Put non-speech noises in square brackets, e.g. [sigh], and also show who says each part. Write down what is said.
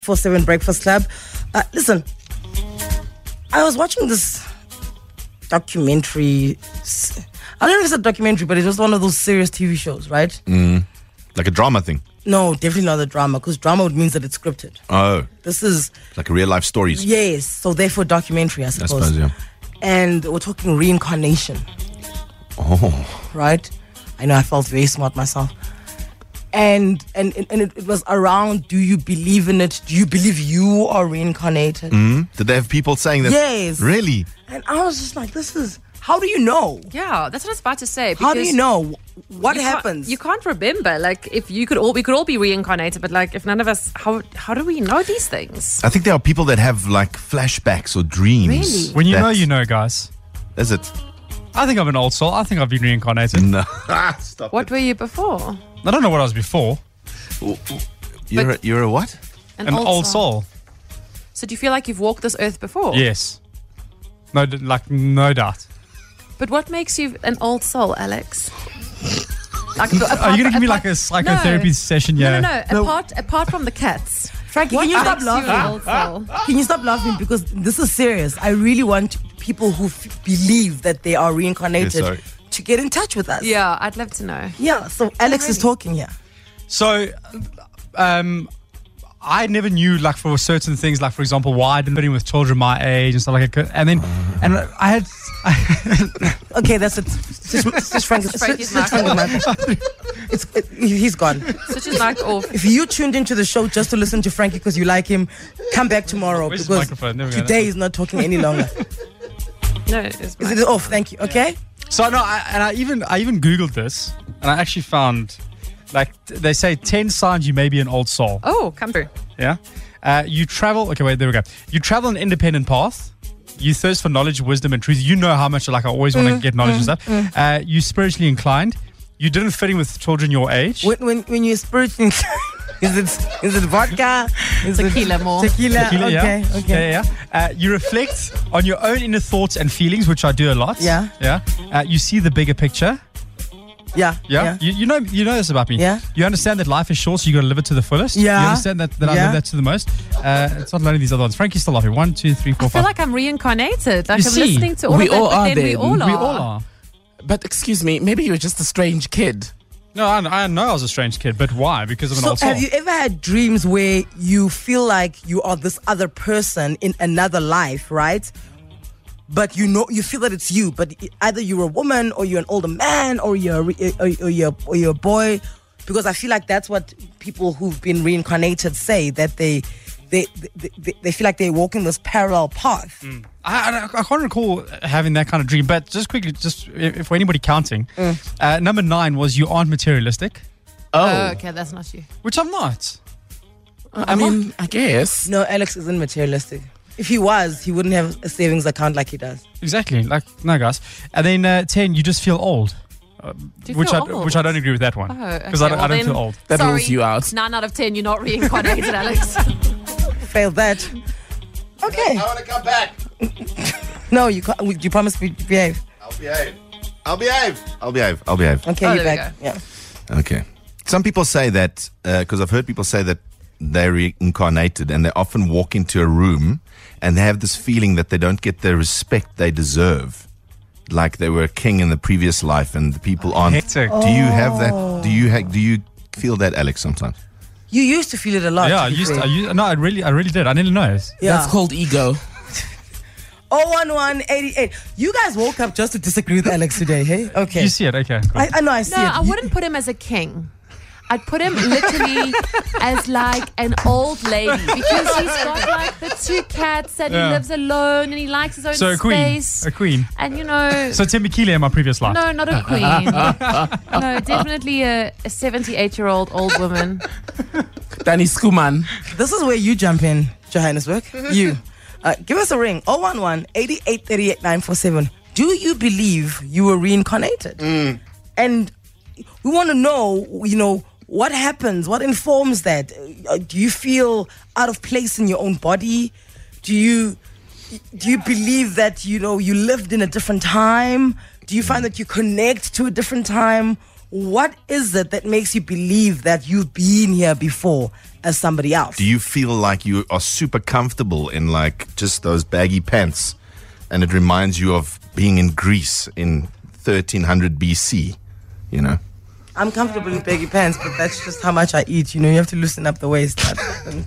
Speaker 1: Four Seven Breakfast Club. Uh, listen, I was watching this documentary. s- I don't know if it's a documentary, but it was one of those serious TV shows, right?
Speaker 2: Like a drama thing.
Speaker 1: No, definitely not a drama, because drama would means that it's scripted.
Speaker 2: Oh,
Speaker 1: This is
Speaker 2: like real life stories.
Speaker 1: yes, so therefore documentary, I
Speaker 2: I
Speaker 1: suppose.
Speaker 2: suppose, yeah.
Speaker 1: And we're talking reincarnation,
Speaker 2: Oh,
Speaker 1: right? I know I felt very smart myself. And and and it, it was around do you believe in it? Do you believe you are reincarnated?
Speaker 2: hmm? did they have people saying that?
Speaker 1: Yes.
Speaker 2: Really?
Speaker 1: And I was just like, this is how do you know?
Speaker 3: Yeah, that's what I was about to say.
Speaker 1: How do you
Speaker 3: because
Speaker 1: know what
Speaker 3: you can't-
Speaker 1: happens?
Speaker 3: You can't remember. Like, if you could all, we could all be reincarnated, but like, if none of us, how how do we know these things?
Speaker 2: I think there are people that have like flashbacks or dreams.
Speaker 3: Really?
Speaker 4: When you know,
Speaker 2: That's-
Speaker 4: you know, guys.
Speaker 2: Is it?
Speaker 4: I think I'm an old soul. I think I've been reincarnated.
Speaker 2: No. Stop.
Speaker 3: What were you before?
Speaker 4: I don't know what I was before.
Speaker 2: You're a, you're a what?
Speaker 4: An old, soul.
Speaker 3: So do you feel like you've walked this earth before?
Speaker 4: Yes. No, d- like no doubt.
Speaker 3: But what makes you an old soul, Alex? Like, apart-
Speaker 4: Are you gonna give me
Speaker 3: apart-
Speaker 4: like a psychotherapy
Speaker 3: No.
Speaker 4: session?
Speaker 3: No,
Speaker 4: Yeah.
Speaker 3: no, no. Apart apart from the cats,
Speaker 1: Frankie,
Speaker 3: what
Speaker 1: can you stop
Speaker 3: makes you an
Speaker 1: laughing?
Speaker 3: old soul?
Speaker 1: Can you stop laughing because this is serious. I really want people who f- believe that they are reincarnated
Speaker 2: Yeah, sorry.
Speaker 1: to get in touch with us.
Speaker 3: Yeah, I'd love to know.
Speaker 1: Yeah, so Alex is talking here.
Speaker 4: So, um, I never knew like for certain things, like for example, why I didn't fit in with children my age and stuff like that. And then, and I had,
Speaker 1: Okay, that's it. Just, just Frank, just,
Speaker 3: Frankie's
Speaker 1: just Frank It's, it, he's gone.
Speaker 3: Switch his mic
Speaker 1: [laughs]
Speaker 3: off.
Speaker 1: If you tuned into the show just to listen to Frankie because you like him, come back tomorrow
Speaker 4: Where's his
Speaker 1: because
Speaker 4: microphone? There we go.
Speaker 1: today he's not talking any
Speaker 4: [laughs]
Speaker 1: longer.
Speaker 3: No, it's
Speaker 1: Is it off? Thank you. Okay.
Speaker 4: so no, I, and I even I even googled this, and I actually found, like t- they say, ten signs you may be an old soul.
Speaker 3: Oh, come through.
Speaker 4: Yeah. Uh, you travel. Okay, wait. There we go. You travel an independent path. You thirst for knowledge, wisdom, and truth. You know how much like I always want to get knowledge and stuff. Uh, you spiritually inclined. You didn't fit in with children your age.
Speaker 1: When when, when you're spiritually, [laughs] is it is it vodka? Is
Speaker 3: Tequila
Speaker 1: it
Speaker 3: more.
Speaker 1: Tequila.
Speaker 4: Tequila,
Speaker 1: okay.
Speaker 4: yeah.
Speaker 1: Okay.
Speaker 4: Yeah, yeah. Uh, you reflect on your own inner thoughts and feelings, which I do a lot.
Speaker 1: Yeah.
Speaker 4: Yeah. Uh, you see the bigger picture.
Speaker 1: Yeah.
Speaker 4: Yeah. You, you know you know this about me.
Speaker 1: Yeah.
Speaker 4: You understand that life is short, so you gotta live it to the fullest.
Speaker 1: Yeah.
Speaker 4: You understand that, that I
Speaker 1: Yeah.
Speaker 4: live that to the most. Uh, it's not only these other ones. Frankie's still laughing. One, two, three,
Speaker 3: I
Speaker 4: four,
Speaker 3: feel
Speaker 4: five.
Speaker 3: like I'm reincarnated. Like
Speaker 4: You
Speaker 3: I'm
Speaker 4: see,
Speaker 3: listening to all
Speaker 5: we
Speaker 3: of that,
Speaker 5: all
Speaker 3: but
Speaker 5: are,
Speaker 3: then we
Speaker 5: babe.
Speaker 3: all are.
Speaker 4: we all are.
Speaker 5: But excuse me, maybe you were just a strange kid.
Speaker 4: No, I, I know I was a strange kid, but why? Because I'm an
Speaker 1: So
Speaker 4: old soul.
Speaker 1: have you ever had dreams where you feel like you are this other person in another life, right? But you know you feel that it's you, but e- either you're a woman or you're an older man or you're a re- or, or you're or you're a boy because I feel like that's what people who've been reincarnated say that they they they, they, they feel like they're walking this parallel path.
Speaker 4: I, I, I can't recall having that kind of dream, but just quickly, just if, if anybody counting,
Speaker 1: Mm.
Speaker 4: uh, number nine was you aren't materialistic,
Speaker 3: Oh, okay, that's not you.
Speaker 4: which I'm not.
Speaker 5: I mean, I guess.
Speaker 1: No, Alex isn't materialistic. If he was, he wouldn't have a savings account like he does.
Speaker 4: Exactly. Like, no, guys. And then uh, 10, you just feel old.
Speaker 3: Do you
Speaker 4: which
Speaker 3: feel
Speaker 4: I
Speaker 3: old?
Speaker 4: which I don't agree with that one
Speaker 3: Oh, okay,
Speaker 4: because I don't,
Speaker 3: well
Speaker 4: I don't
Speaker 3: then-
Speaker 4: feel old.
Speaker 5: That
Speaker 3: Sorry,
Speaker 5: rules you out.
Speaker 3: Nine out of ten, you're not reincarnated,
Speaker 4: [laughs]
Speaker 3: Alex.
Speaker 1: Fail that. Okay.
Speaker 2: want to come back.
Speaker 1: No, you can't. You promised me to behave.
Speaker 2: I'll behave. I'll behave. I'll behave. I'll behave.
Speaker 1: Okay,
Speaker 3: Oh,
Speaker 1: you're
Speaker 3: there we
Speaker 1: back.
Speaker 3: go.
Speaker 1: Yeah.
Speaker 2: Okay. Some people say that because I've heard people say that they're reincarnated and they often walk into a room and they have this feeling that they don't get the respect they deserve, like they were a king in the previous life and the people aren't.
Speaker 4: Hectic.
Speaker 1: Oh,
Speaker 2: Do you have that? Do you ha- do you feel that, Alex? Sometimes.
Speaker 1: You used to feel it a lot.
Speaker 4: yeah,
Speaker 1: to
Speaker 4: I
Speaker 1: be
Speaker 4: used,
Speaker 1: fair.
Speaker 4: I used no, I really, I really did. I didn't know. it.
Speaker 1: Yeah. Oh,
Speaker 5: That's called ego.
Speaker 1: 01188. You guys woke up just to disagree with Alex today, hey? Okay.
Speaker 4: You see it, okay? Cool.
Speaker 1: I, I know, I see
Speaker 3: No,
Speaker 1: it.
Speaker 3: I
Speaker 1: You-
Speaker 3: wouldn't put him as a king. I'd put him
Speaker 4: [laughs]
Speaker 3: literally as like an old lady because he's got like the two cats and
Speaker 4: Yeah.
Speaker 3: he lives alone and he likes his own
Speaker 4: so a queen,
Speaker 3: space.
Speaker 4: a queen.
Speaker 3: And you know,
Speaker 4: So Timmy Keeley in my previous life.
Speaker 3: no, not
Speaker 4: [laughs]
Speaker 3: a queen. no, definitely a, a 78 year old old woman.
Speaker 5: Danny Skuman.
Speaker 1: This is where you jump in, Johannesburg. you. Uh, give us a ring 011 8838 947. Do you believe you were reincarnated? And we want to know, you know, what happens? What informs that? Uh, do you feel out of place in your own body? Do you do you believe that you know you lived in a different time? Do you find that you connect to a different time? What is it that makes you believe that you've been here before as somebody else.
Speaker 2: Do you feel like you are super comfortable in like just those baggy pants and it reminds you of being in Greece in 1300 BC, you know?
Speaker 1: I'm comfortable in baggy pants, but that's just how much I eat. You know, you have to loosen up the waist. That happens.